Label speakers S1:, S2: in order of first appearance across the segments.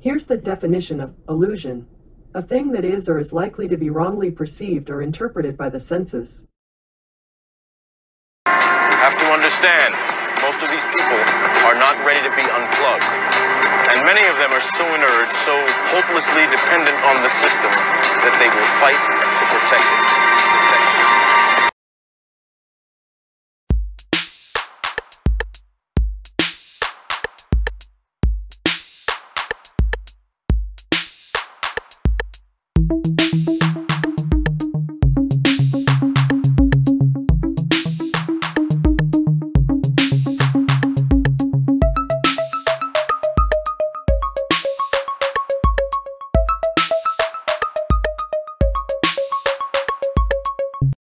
S1: Here's the definition of illusion a thing that is or is likely to be wrongly perceived or interpreted by the senses.
S2: have to understand, most of these people are not ready to be unplugged. And many of them are so inert, so hopelessly dependent on the system that they will fight to protect it. Protect it.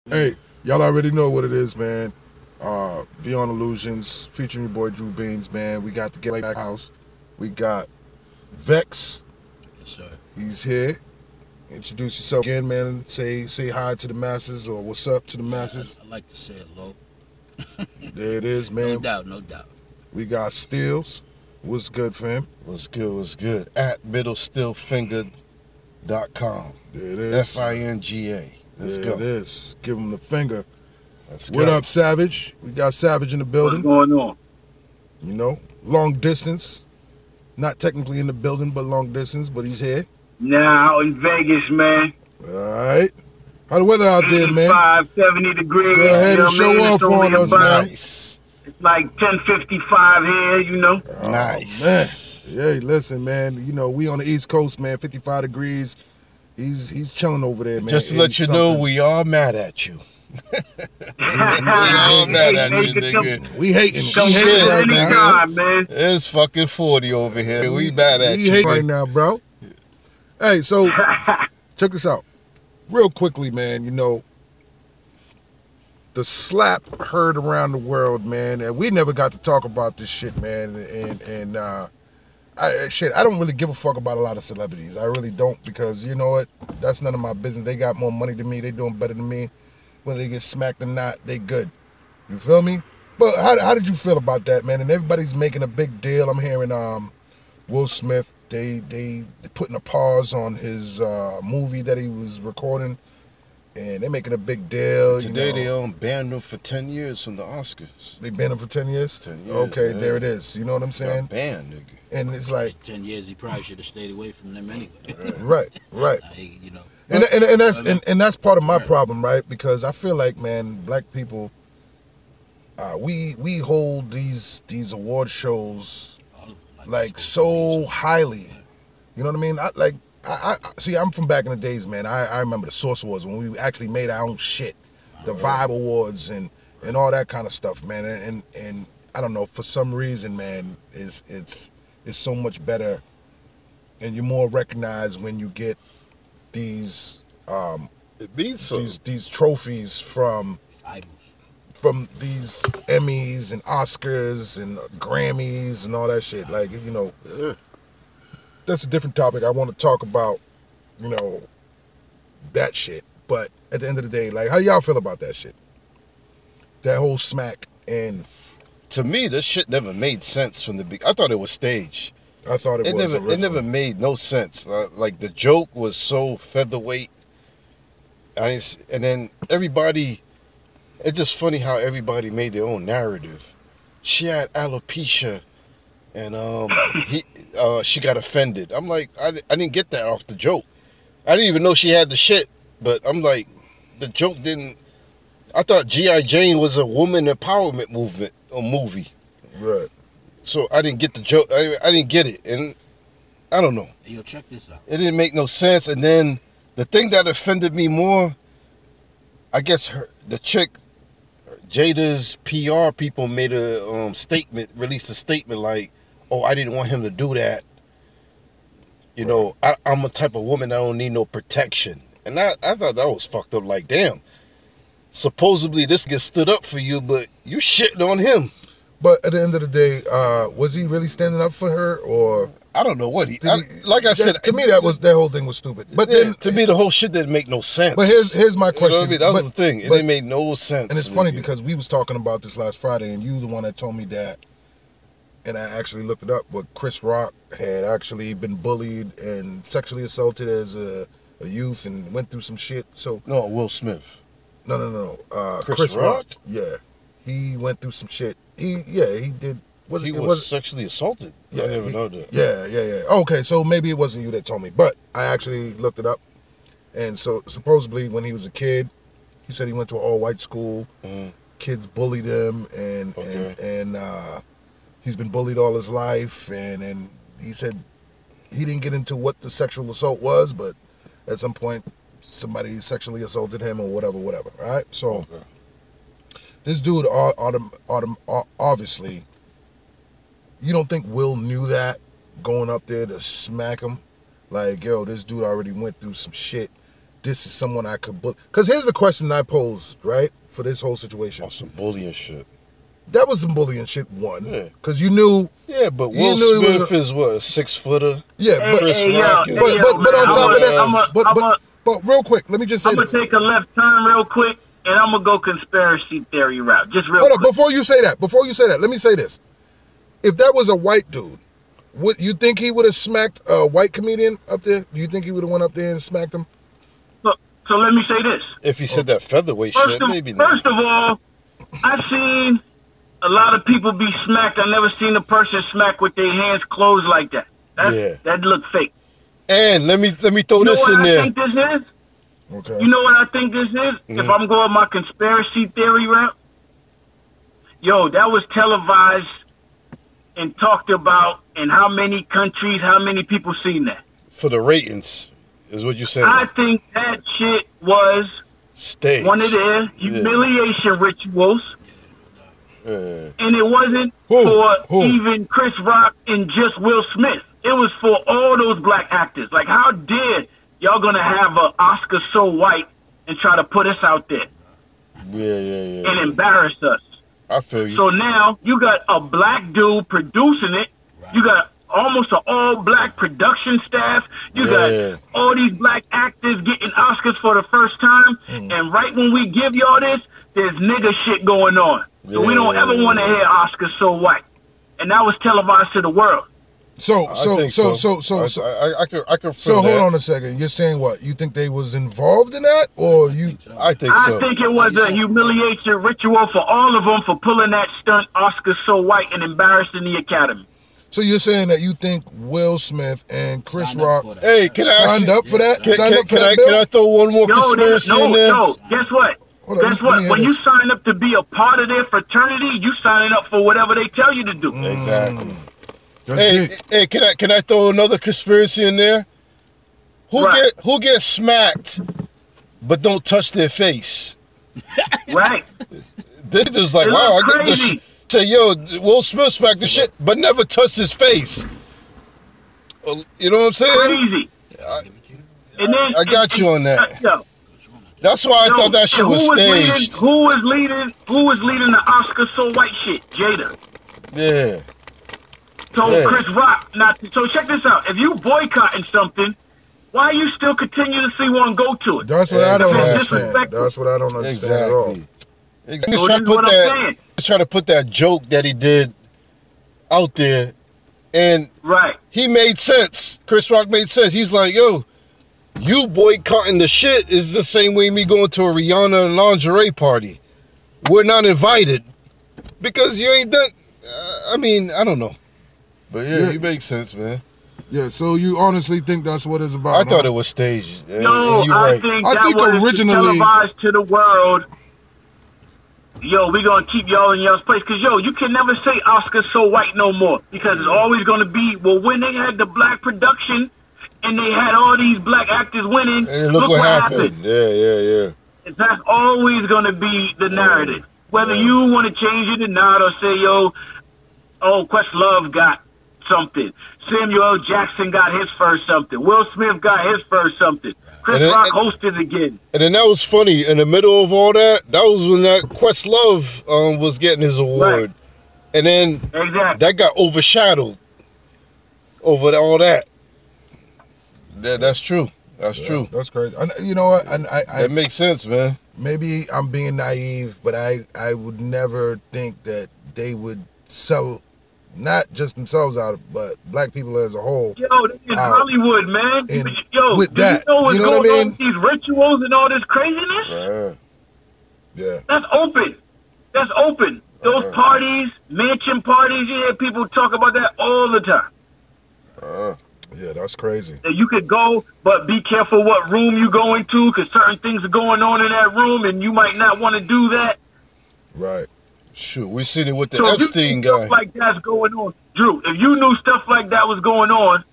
S3: Hey, y'all already know what it is, man. Uh Beyond Illusions, featuring your boy Drew Beans, man. We got the Get Back House. We got Vex. He's here. Introduce yourself again, man. Say say hi to the masses or what's up to the masses.
S4: I, I like to say it low.
S3: There it is,
S4: No
S3: man.
S4: doubt, no doubt.
S3: We got Steels. What's good, fam?
S5: What's good? What's good? At middlestillfinger.com.
S3: There it is.
S5: F I N G A. Let's
S3: there
S5: go.
S3: it is. Give him the finger.
S5: Let's
S3: What
S5: go.
S3: up, Savage? We got Savage in the
S6: What's
S3: building.
S6: going on?
S3: You know, long distance. Not technically in the building, but long distance, but he's here.
S6: Now out in Vegas, man.
S3: All right. How the weather out there, man?
S6: 85, 70 degrees.
S3: Go ahead
S6: you
S3: and
S6: know what I
S3: show
S6: mean?
S3: off
S6: It's only
S3: on us,
S6: about
S3: man.
S5: Nice.
S6: it's like 10:55 here, you know.
S3: Oh, man.
S5: Nice.
S3: Hey, listen, man. You know, we on the East Coast, man. 55 degrees. He's he's chilling over there, man.
S5: Just to let
S3: 80
S5: you know,
S3: something.
S5: we are mad at you.
S3: all
S5: mad at
S6: hey,
S5: you,
S6: Nathan,
S5: nigga.
S3: we hating.
S6: come
S3: we hating
S6: come
S5: shit,
S6: visit
S3: right now.
S6: anytime, man.
S5: It's fucking 40 over here. We mad at
S3: we
S5: you.
S3: hating right now, bro. Hey, so check this out. Real quickly, man, you know, the slap heard around the world, man, and we never got to talk about this shit, man. And and uh, I, uh, shit, I don't really give a fuck about a lot of celebrities. I really don't because you know what? That's none of my business. They got more money than me. They doing better than me. Whether they get smacked or not, they good. You feel me? But how, how did you feel about that, man? And everybody's making a big deal. I'm hearing um, Will Smith. They they putting a pause on his uh, movie that he was recording, and they're making a big deal.
S5: Today
S3: you know.
S5: they um, banned them for 10 years from the Oscars.
S3: They banned him for ten years.
S5: 10 years.
S3: Okay,
S5: yeah.
S3: there it is. You know what I'm
S5: Got
S3: saying?
S5: banned, nigga.
S3: And it's like,
S4: Ten years, he probably should have stayed away from them anyway.
S3: right, right.
S4: I, you know,
S3: And and, and that's
S4: I mean-
S3: and, and that's part of my
S4: Right.
S3: problem, right? Because I feel like, man, black people, uh, we we hold these these award shows
S4: all of them,
S3: like
S4: it's
S3: so
S4: cool to
S3: highly. You know what I mean? I like I, I see. I'm from back in the days, man. I, I remember the Source Awards when we actually made our own shit, the Vibe Awards and and all that kind of stuff, man. And and, and I don't know for some reason, man, is it's it's so much better, and you're more recognized when you get these um
S5: It means so.
S3: these these trophies from
S4: be Idols.
S3: from these Emmys and Oscars and Grammys and all that shit. Like you know,
S5: Yeah.
S3: that's a different topic. I want to talk about, you know, that shit. But at the end of the day, like, how y'all feel about that shit? That whole smack, and
S5: To me, this shit never made sense from the beginning. I thought it was staged.
S3: I thought it,
S5: it
S3: was
S5: never it
S3: original.
S5: never made no sense. Uh, Like the joke was so featherweight. I didn't s- and then everybody, it's just funny how everybody made their own narrative. She had alopecia, and um, he uh, she got offended. I'm like, I, di- I didn't get that off the joke. I didn't even know she had the shit, but I'm like, the joke didn't. I thought G.I. Jane was a woman empowerment movement or movie,
S3: right.
S5: so I didn't get the joke. I, I didn't get it, and I don't know.
S4: Hey, yo, check this out.
S5: it didn't make no sense. And then the thing that offended me more, I guess her, the chick, Jada's PR people made a um, statement, released a statement like, "Oh, I didn't want him to do that." You know, I, I'm a type of woman that don't need no protection, and I, I thought that was fucked up. Like, damn. Supposedly this gets stood up for you, but you shitting on him.
S3: But at the end of the day, uh, was he really standing up for her, or
S5: I don't know what he.
S3: did
S5: I-
S3: he-
S5: like I
S3: that-
S5: said,
S3: to me that was that whole thing was stupid. But
S5: yeah,
S3: then,
S5: to me, the whole shit didn't make no sense.
S3: but here's here's my
S5: You know
S3: question.
S5: what I mean? That was
S3: But-
S5: the thing. It
S3: but-
S5: didn't make no sense.
S3: and it's funny
S5: nigga.
S3: because we was talking about this last Friday, and you the one that told me that and I actually looked it up, but Chris Rock had actually been bullied and sexually assaulted as a, a youth and went through some shit. So
S5: No, Will Smith.
S3: no, no, no, no. Uh,
S5: Chris
S3: Chris,
S5: Rock?
S3: Rock? Yeah, he went through some shit. He yeah, he did. Was
S5: he
S3: it
S5: was
S3: was
S5: sexually assaulted. I
S3: Yeah,
S5: never
S3: he-
S5: know that.
S3: Yeah, yeah, yeah. Okay, so maybe it wasn't you that told me, but I actually looked it up. And so supposedly when he was a kid, he said he went to an all-white school.
S5: Mhm.
S3: Kids bullied him, and and and uh, he's been bullied all his life. And and he said he didn't get into what the sexual assault was, but at some point somebody sexually assaulted him or whatever, whatever. All right, so
S5: Okay.
S3: this dude au- autom- autom- au- obviously you don't think will knew that going up there to smack him like yo this dude already went through some shit this is someone i could book because here's the question i posed right for this whole situation
S5: On some bullying shit.
S3: that was some bullying shit one
S5: Yeah.
S3: because you knew
S5: Yeah, but
S3: You
S5: Will
S3: knew he was
S5: Smith is what a six footer.
S3: yeah but
S5: Hey, Chris Rock
S6: yo,
S5: is-
S3: but-
S6: hey,
S3: but- but on
S6: yo,
S3: top of
S6: man,
S3: that-
S6: I'ma-
S3: but-
S6: I'ma-
S3: but- but real quick let me just say
S6: I'm gonna
S3: this
S6: take a left turn real quick, and I'm gonna go conspiracy theory route. Just real
S3: hold on
S6: quick.
S3: before you say that before you say that let me say this if that was a white dude would you think he would have smacked a white comedian up there do you think he would have went up there and smacked him
S6: so let me say this.
S5: If he said
S3: Oh.
S5: that featherweight
S6: First,
S5: shit,
S6: of,
S5: maybe not.
S6: first of all, I've seen a lot of people be smacked. I've never seen a person smack with their hands closed like that. That's,
S5: Yeah.
S6: That look fake.
S5: And let me let me throw
S6: You know
S5: this
S6: what
S5: in
S6: I
S5: there.
S6: think this is?
S3: Okay.
S6: You know what I think this is?
S5: Mm-hmm.
S6: If I'm going my conspiracy theory route, yo, that was televised and talked about in how many countries, how many people seen that.
S5: for the ratings is what you saying.
S6: I think that shit was
S5: Stage.
S6: one of their humiliation rituals,
S5: Yeah.
S6: and it wasn't
S3: Who?
S6: for
S3: Who?
S6: even Chris Rock and just Will Smith. It was for all those black actors. Like, how dare y'all gonna have an Oscar so white and try to put us out there
S5: yeah, yeah, yeah,
S6: and
S5: yeah.
S6: embarrass us?
S5: I feel you.
S6: So now you got a black dude producing it. You got almost an all black production staff. You
S5: Yeah.
S6: got all these black actors getting Oscars for the first time.
S5: Mm-hmm.
S6: And right when we give y'all this, there's nigga shit going on. So we don't ever
S5: Yeah.
S6: want to hear Oscars so white. And that was televised to the world.
S3: So
S5: I
S3: so
S5: think
S3: so so so
S5: I,
S3: so,
S5: I, I, I could I could
S3: so
S5: feel
S3: hold
S5: that.
S3: on a second. You're saying what? You think they was involved in that, or you?
S4: So,
S5: I think
S6: I
S5: so.
S6: think it was a humiliation ritual for all of them for pulling that stunt Oscars so white and embarrassing the Academy.
S3: So you're saying that you think Will Smith and Chris
S4: signed up
S3: Rock
S4: for that.
S5: Hey, can I ask
S3: signed
S5: you-
S3: up for that?
S5: Can,
S3: signed
S5: can,
S3: up for
S5: can I,
S3: that
S5: can
S3: bill?
S5: I throw one more
S6: No, they-
S5: conspiracy
S6: no,
S5: in there?
S6: no. Guess what?
S3: Hold on, let
S6: Guess
S3: me- let
S6: what?
S3: me hear
S6: When you
S3: this.
S6: sign up to be a part of their fraternity, you signing up for whatever they tell you to do.
S5: Mm. Exactly.
S3: That's
S5: Hey,
S3: big.
S5: hey, can I can I throw another conspiracy in there? Who
S6: Right.
S5: get who gets smacked, but don't touch their face?
S6: Right?
S5: This is like
S6: It
S5: wow. I
S6: look
S5: get this.
S6: crazy.
S5: Say yo, Will Smith smacked the shit, but never touched his face. Well, You know what I'm saying?
S6: Crazy. and then
S5: I got
S6: and-
S5: you on that.
S6: and- yo,
S5: That's why I
S6: yo,
S5: thought that
S6: and
S5: shit
S6: who
S5: was
S6: leading-
S5: staged.
S6: who was leading? Who was leading the Oscar so white shit? Jada
S5: Yeah.
S6: told
S5: Yeah.
S6: Chris Rock not. To, so check this out. If you boycotting something, why you still continue to see one go to it?
S3: That's what I don't
S5: Exactly.
S3: understand. That's what I don't understand at all.
S5: Exactly. Exactly. Just
S6: So
S5: try
S6: this
S5: to
S6: is what
S5: put
S6: I'm
S5: that.
S6: saying.
S5: Just try to put that joke that he did out there, and
S6: Right?
S5: he made sense. Chris Rock made sense. He's like, yo, you boycotting the shit is the same way me going to a Rihanna and lingerie party. We're not invited because you ain't done. Uh, I mean, I don't know. But yeah,
S3: Yeah.
S5: you make sense, man.
S3: Yeah. So you honestly think that's what it's about?
S5: I thought
S3: huh?
S5: it was staged. and-
S6: No,
S5: and you
S6: I
S5: right.
S6: think
S3: I
S6: that
S3: think
S6: was
S3: originally-
S6: televised to the world. Yo, we gonna keep y'all in y'all's place, cause yo, you can never say Oscar so white no more, because it's always gonna be. Well, when they had the black production, and they had all these black actors winning,
S5: And look, what, happened. Yeah, yeah, yeah.
S6: And That's always gonna be the narrative, whether
S5: Yeah.
S6: you want to change it or not, or say yo, oh, Questlove got something, Samuel L. Jackson got his first something, Will Smith got his first something, Chris
S5: And it-
S6: Rock
S5: it-
S6: hosted again.
S5: And then that was funny. In the middle of all that, that was when that Questlove um, was getting his award,
S6: Right.
S5: and then
S6: Exactly.
S5: that got overshadowed over all that. That that's true. That's
S3: Yeah,
S5: true.
S3: That's crazy. And you know what? And I, I
S5: That makes sense, man.
S3: maybe I'm being naive, but I I would never think that they would sell not just themselves out of, but black people as a whole.
S6: Yo, this is
S3: Out.
S6: Hollywood, man.
S3: And
S6: Yo,
S3: with
S6: do
S3: that,
S6: you know what's
S3: you know what
S6: going
S3: I
S6: on with these rituals and all this craziness?
S5: Yeah.
S3: Yeah,
S6: That's open. That's open. Those
S5: Uh-huh.
S6: parties, mansion parties, you hear people talk about that all the time.
S5: Uh,
S3: yeah, that's crazy.
S6: That you could go, but be careful what room you go into because certain things are going on in that room and you might not want to do that.
S3: Right.
S5: shoot, we seen it with the
S6: So if you
S5: Epstein
S6: knew stuff
S5: guy.
S6: like that's going on, Drew. If you knew stuff like that was going on,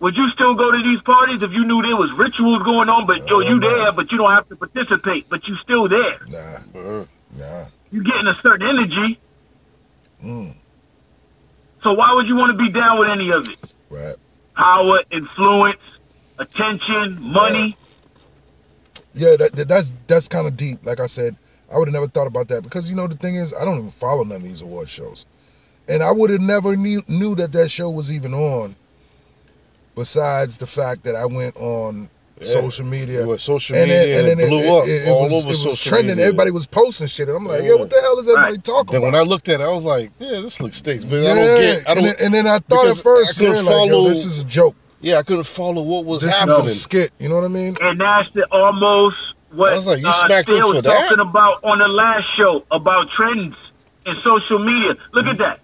S6: would you still go to these parties if you knew there was rituals going on? But yo,
S3: Oh,
S6: you
S3: no.
S6: there, but you don't have to participate, but you still there.
S3: Nah,
S5: Uh,
S3: nah.
S6: You're getting a certain energy,
S3: Mm,
S6: so why would you want to be down with any of it?
S3: right.
S6: Power, influence, attention, money.
S3: Yeah, that, that- that's that's kind of deep. Like I said, I would have never thought about that because you know the thing is, I don't even follow none of these award shows, and I would have never knew, knew that that show was even on. Besides the fact that I went on
S5: Yeah.
S3: social media,
S5: It was social media and, it blew up all
S3: was,
S5: over
S3: it was
S5: social
S3: trending.
S5: media.
S3: Everybody was posting shit, and I'm like, yeah,
S5: Yeah.
S3: what the hell is everybody
S6: Right.
S3: talking
S5: Then
S3: about?
S5: when I looked at it, I was like, yeah, this looks staged. But I don't get I
S3: and,
S5: don't
S3: then, and then I thought
S5: because I
S3: at first,
S5: couldn't
S3: yeah, like, yo,
S5: follow
S3: this is a joke.
S5: yeah, I couldn't follow what was
S3: This
S5: happening.
S3: is a skit. You know what I mean?
S6: And that's the, almost what
S5: I was like, you
S6: uh,
S5: smacked him
S6: Phil
S5: for
S6: was
S5: that?
S6: talking about on the last show about trends and social media. Look at that.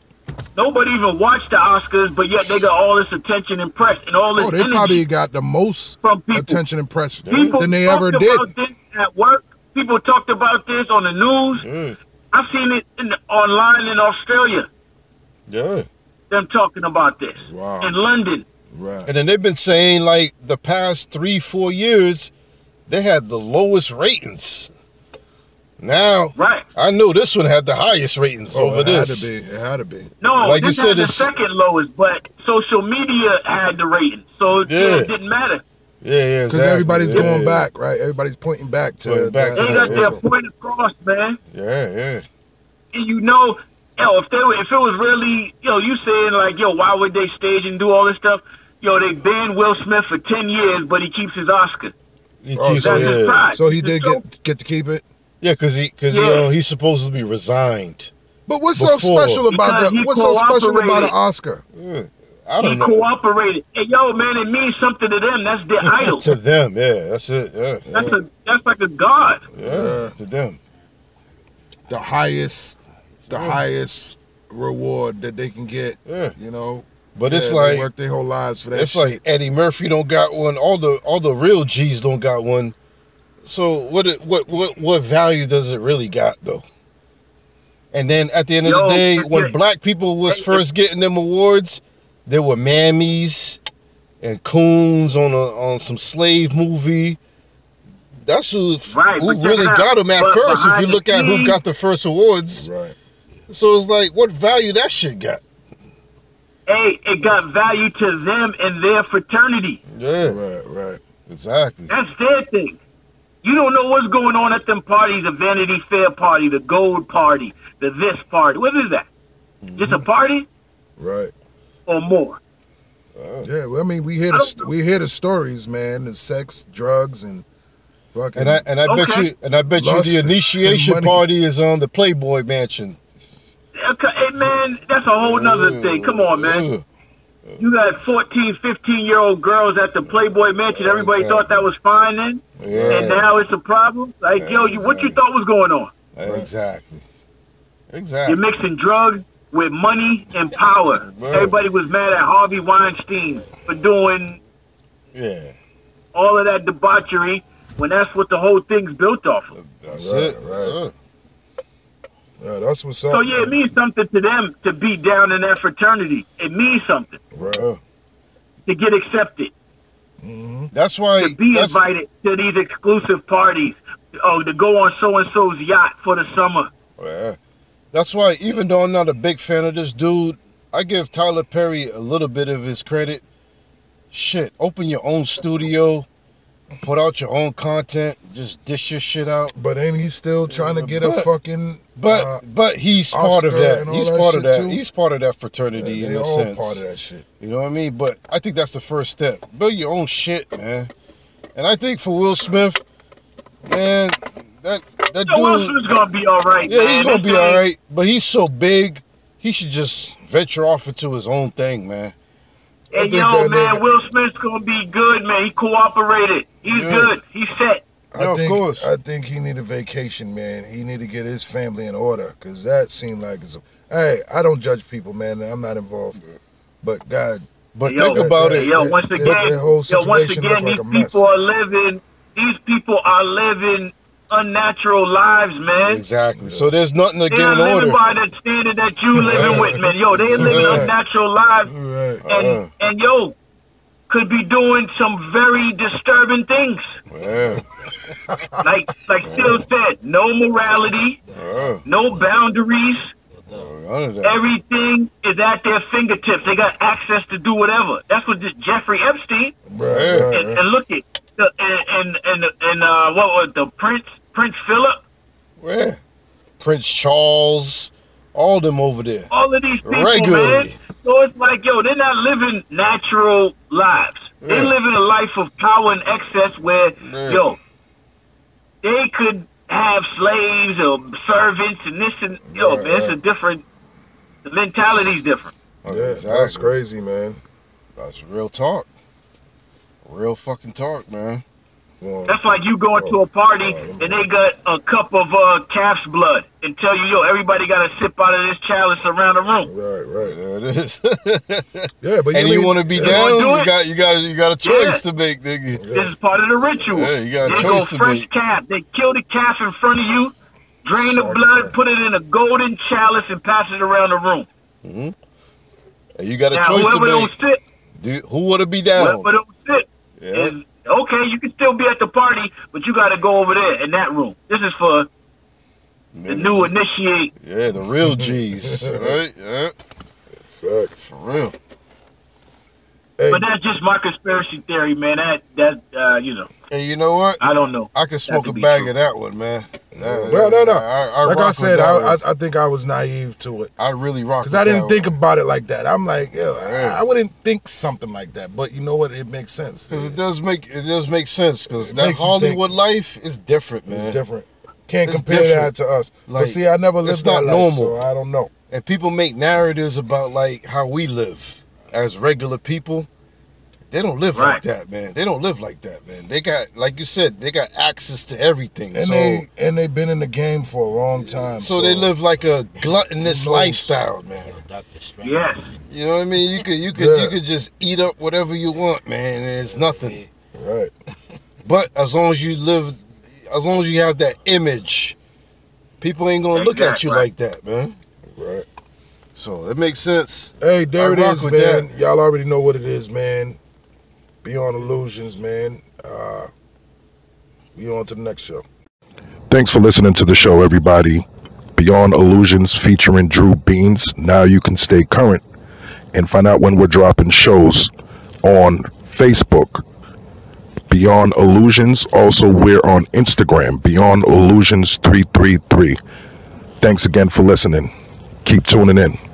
S6: Nobody even watched the Oscars, but yet they got all this attention and press and all this
S3: Oh, they
S6: energy
S3: probably got the most
S6: from people.
S3: attention and press
S6: people
S3: than they
S6: talked
S3: ever did.
S6: about this at work. People talked about this on the news.
S5: Yeah,
S6: I've seen it in, online in Australia.
S5: yeah.
S6: Them talking about this
S3: Wow.
S6: in London.
S3: Right.
S5: And then they've been saying like the past three, four years, they had the lowest ratings. Now
S6: Right.
S5: I know this one had the highest ratings
S3: Oh,
S5: over
S3: it
S5: this.
S3: had to be. It had to be.
S6: No,
S5: Like
S6: this
S5: you said,
S6: had the
S5: it's-
S6: second lowest, but social media had the rating, so it,
S5: Yeah.
S6: it didn't matter.
S5: Yeah, yeah.
S3: Because
S5: exactly.
S3: everybody's
S5: Yeah,
S3: going
S5: yeah.
S3: back, right? Everybody's pointing back to
S5: Pointing back
S6: They
S5: to
S6: got
S5: Yeah.
S6: their point across, man.
S5: Yeah, yeah.
S6: And you know, yo, if they were, if it was really, yo, you saying like, yo, why would they stage and do all this stuff? Yo, they banned Will Smith for ten years, but he keeps his Oscar.
S5: He
S3: Oh,
S5: keeps-
S3: so
S6: That's his
S5: yeah,
S6: pride.
S3: So he
S6: It's
S3: did
S6: so
S3: get get to keep it.
S5: yeah, because he, because you
S6: Yeah.
S5: know, he's supposed to be resigned.
S3: But what's so
S5: Before.
S3: special about
S6: Because
S3: the
S6: he
S3: what's so special about an
S6: cooperated.
S3: Oscar?
S5: Yeah. I
S6: He
S5: don't know.
S6: cooperated. Hey, yo, man, it means something to them. That's their idol.
S5: to them, yeah, that's it. Yeah,
S6: That's a that's like a god.
S5: yeah,
S3: Yeah.
S5: to them.
S3: The highest, the highest reward that they can get.
S5: Yeah,
S3: You know.
S5: but it's
S3: Yeah, they
S5: like
S3: work their whole lives for that.
S5: it's
S3: shit.
S5: like Eddie Murphy don't got one. All the all the real G's don't got one. So what it- what what what value does it really got though? And then at the end of
S6: Yo,
S5: the day,
S6: forget-
S5: when black people was
S6: Hey,
S5: first getting them awards, there were mammies and coons on a on some slave movie. That's who
S6: Right,
S5: who
S6: but check
S5: really
S6: it out.
S5: got them at
S6: But
S5: first. If
S6: behind
S5: you
S6: the
S5: look at who
S6: scenes-
S5: got the first awards,
S3: right.
S5: so it's like what value that shit got.
S6: Hey, it got value to them and their fraternity.
S5: Yeah,
S3: Right, right.
S5: exactly.
S6: That's their thing. You don't know what's going on at them parties, the Vanity Fair party, the Gold party, the this party. What is that? Just a
S5: Mm-hmm.
S6: party
S3: Right.
S6: or more?
S5: Uh,
S3: Yeah, well, I mean, we hear
S6: I
S3: the
S6: don't
S3: st- we hear the stories, man, the sex, drugs, and fucking.
S5: and I and I bet
S6: Okay.
S5: you and I bet
S3: Lust
S5: you the
S3: and
S5: initiation
S3: money.
S5: party is on the Playboy Mansion.
S6: Okay, Hey, man, that's a whole nother
S5: Mm.
S6: thing. Come on, man.
S5: Ugh.
S6: You got 14, 15 year old girls at the Playboy Mansion. Everybody
S5: Exactly.
S6: thought that was fine then, and
S5: Yeah,
S6: now it's a problem. Like, yo, you, what you
S5: Exactly.
S6: thought was going on?
S5: exactly,
S6: You're
S5: exactly.
S6: mixing drugs with money and power.
S5: Bro.
S6: Everybody was mad at Harvey Weinstein for doing
S5: Yeah,
S6: all of that debauchery when that's what the whole thing's built off of.
S5: that's
S3: Right,
S5: it. Uh.
S3: right.
S5: Ugh.
S3: yeah, that's what's up.
S6: So yeah, it
S3: man.
S6: means something to them to be down in that fraternity. It means something
S3: Right.
S5: Ugh.
S6: to get accepted,
S3: hmm
S5: That's why.
S6: to be
S5: That's,
S6: invited to these exclusive parties, oh, to go on so and so's yacht for the summer.
S5: yeah. that's why. Even though I'm not a big fan of this dude, I give Tyler Perry a little bit of his credit. Shit, open your own studio, put out your own content, just dish your shit out.
S3: But ain't he still trying to get a
S5: But-
S3: fucking?
S5: But
S3: uh,
S5: but he's part of
S3: Oscar
S5: that.
S3: and all
S5: He's
S3: that
S5: part of
S3: shit,
S5: that.
S3: too?
S5: He's part of that
S3: yeah,
S5: fraternity in
S3: uh, they
S5: a
S3: all
S5: sense.
S3: part of that shit.
S5: You know what I mean? But I think that's the first step. Build your own shit, man. And I think for Will Smith, man, that that
S6: Yo,
S5: dude,
S6: Wilson's gonna be all right.
S5: yeah,
S6: man.
S5: he's gonna
S6: This
S5: be all
S6: ain't-
S5: right. But he's so big, he should just venture off into his own thing, man. I
S6: And
S5: think
S6: yo,
S5: that
S6: man,
S5: nigga-
S6: Will Smith's gonna be good, man. He cooperated. He's
S5: Yeah.
S6: good. He's set.
S5: Yeah,
S3: I
S5: of
S3: think,
S5: course.
S3: I think he need a vacation, man. He need to get his family in order because that seemed like it's. A, hey, I don't judge people, man. I'm not involved, but God,
S5: But
S6: Yo,
S5: think about
S3: that-
S5: it.
S6: Yo,
S3: that-
S6: once
S3: that-
S6: again,
S3: that whole
S6: yo, once
S3: situation
S6: again,
S3: look
S6: these
S3: like a mess.
S6: people are living. These people are living unnatural lives, man.
S5: Exactly. So there's nothing to
S6: They
S5: get
S6: are
S5: in
S6: living
S5: order.
S6: by that standard that you living with, man. Yo, they living
S5: Yeah.
S6: unnatural lives,
S3: All right.
S6: and
S5: Uh-uh.
S6: and yo, could be doing some very disturbing things.
S5: Yeah.
S6: Like like Phil said, no morality,
S5: yeah.
S6: no boundaries.
S5: None of that.
S6: Everything is at their fingertips. They got access to do whatever. That's what this Jeffrey Epstein
S3: Right, right,
S6: and,
S3: right.
S6: and look at the, and and and, and uh, what was the Prince Prince Philip?
S5: Yeah. Prince Charles, all them over there.
S6: all of these people,
S5: Regularly.
S6: man. So it's like, yo, they're not living natural lives. They're
S5: Yeah.
S6: living a life of power and excess where,
S5: Yeah.
S6: yo, they could have slaves or servants and this and, yo,
S5: Right,
S6: man, it's a
S5: right.
S6: different, the mentality's different.
S3: Yeah, that's crazy, man.
S5: That's real talk. Real fucking talk, man.
S3: Well,
S6: That's like you going to a party and they got a cup of uh, calf's blood and tell you, yo, everybody got to sip out of this chalice around the room.
S3: right, right.
S5: There it is.
S3: Yeah, but
S5: and
S3: mean-
S5: you want to be
S3: yeah.
S5: down?
S6: wanna do
S5: You
S6: it?
S5: got you got you got a
S6: Yeah.
S5: choice to make, nigga.
S3: Yeah.
S6: This is part of the ritual.
S5: Yeah, you got a
S6: they
S5: choice
S6: go
S5: to
S6: fresh
S5: make.
S6: calf. They kill the calf in front of you, drain the
S3: Sorry,
S6: blood,
S3: sir.
S6: put it in a golden chalice, and pass it around the room.
S5: And you got a
S6: Now,
S5: choice to
S6: whoever
S5: make.
S6: don't sit,
S5: Do, who want to be down?
S6: whoever don't sit,
S5: Yeah.
S6: is okay. You can still be at the party, but you got to go over there in that room. This is for the new initiate.
S5: Yeah, the real G's. right? Yeah.
S3: Facts.
S5: For real.
S3: Hey,
S6: But that's just my conspiracy theory, man. That that uh, you know,
S5: And you know what?
S6: I don't know.
S5: I can smoke a
S6: could be
S5: bag
S6: true.
S5: of that one, man. That-
S3: well, no, no.
S5: I, I
S3: like
S5: rock
S3: I
S5: with
S3: said,
S5: that
S3: I, I
S5: one.
S3: I think I was naive to it
S5: I really rock.
S3: because
S5: with
S3: I didn't
S5: that
S3: think
S5: one.
S3: about it like that. I'm like, yeah,
S5: Yeah.
S3: I, I wouldn't think something like that. But you know what? It makes sense.
S5: Cause it
S3: It-
S5: does make it does make sense. Cause
S3: It
S5: that
S3: makes you
S5: Hollywood
S3: think.
S5: life is different, man.
S3: It's different. Can't
S5: It's
S3: compare that
S5: different.
S3: to us.
S5: Like,
S3: but see, I never lived
S5: it's not
S3: that life,
S5: normal.
S3: so I don't know.
S5: And people make narratives about like how we live as regular people. They don't live
S6: Right.
S5: like that, man. They don't live like that, man. They got, like you said, they got access to everything.
S3: And
S5: so,
S3: they and they've been in the game for a long time.
S5: so they live like a gluttonous
S3: Who knows?
S5: lifestyle, man.
S4: Doctor Strange.
S6: Yes.
S4: is in
S5: You know what I mean? You could, you could,
S3: Yeah.
S5: you could just eat up whatever you want, man. And it's nothing.
S4: there.
S3: right.
S5: But as long as you live, as long as you have that image, people ain't gonna look at you
S6: Exactly.
S5: like that, man.
S3: Right.
S5: So it makes sense.
S3: Hey, there
S5: I
S3: it
S5: rock
S3: is,
S5: with
S3: man.
S5: that.
S3: Y'all already know what it is, man. Be on illusions, man. Uh, we on to the next show. Thanks for listening to the show, everybody. Beyond Illusions featuring Drew Beans. Now you can stay current and find out when we're dropping shows on Facebook. Beyond Illusions. Also, we're on Instagram, Beyond Illusions 333. Thanks again for listening. Keep tuning in.